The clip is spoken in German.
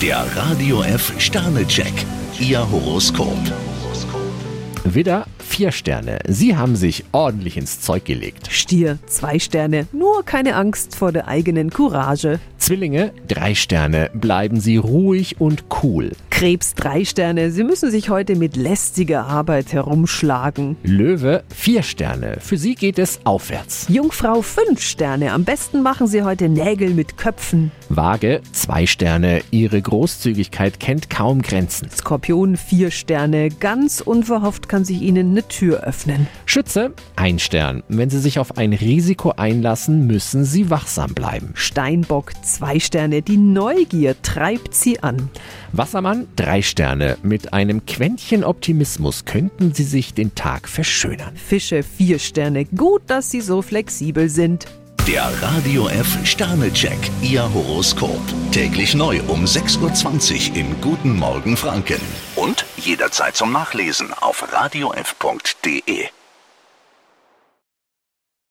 Der Radio F Sternecheck, Ihr Horoskop. Widder, vier Sterne. Sie haben sich ordentlich ins Zeug gelegt. Stier, zwei Sterne, nur keine Angst vor der eigenen Courage. Zwillinge, drei Sterne. Bleiben Sie ruhig und cool. Krebs, drei Sterne, Sie müssen sich heute mit lästiger Arbeit herumschlagen. Löwe, vier Sterne. Für Sie geht es aufwärts. Jungfrau, fünf Sterne, am besten machen Sie heute Nägel mit Köpfen. Waage, zwei Sterne. Ihre Großzügigkeit kennt kaum Grenzen. Skorpion, vier Sterne, ganz unverhofft kann sich Ihnen eine Tür öffnen. Schütze, ein Stern. Wenn Sie sich auf ein Risiko einlassen, müssen Sie wachsam bleiben. Steinbock, zwei Sterne, die Neugier treibt Sie an. Wassermann, drei Sterne. Mit einem Quäntchen Optimismus könnten Sie sich den Tag verschönern. Fische, vier Sterne, gut, dass Sie so flexibel sind. Der Radio F Sternecheck, Ihr Horoskop. Täglich neu um 6.20 Uhr im Guten Morgen Franken. Und jederzeit zum Nachlesen auf radiof.de.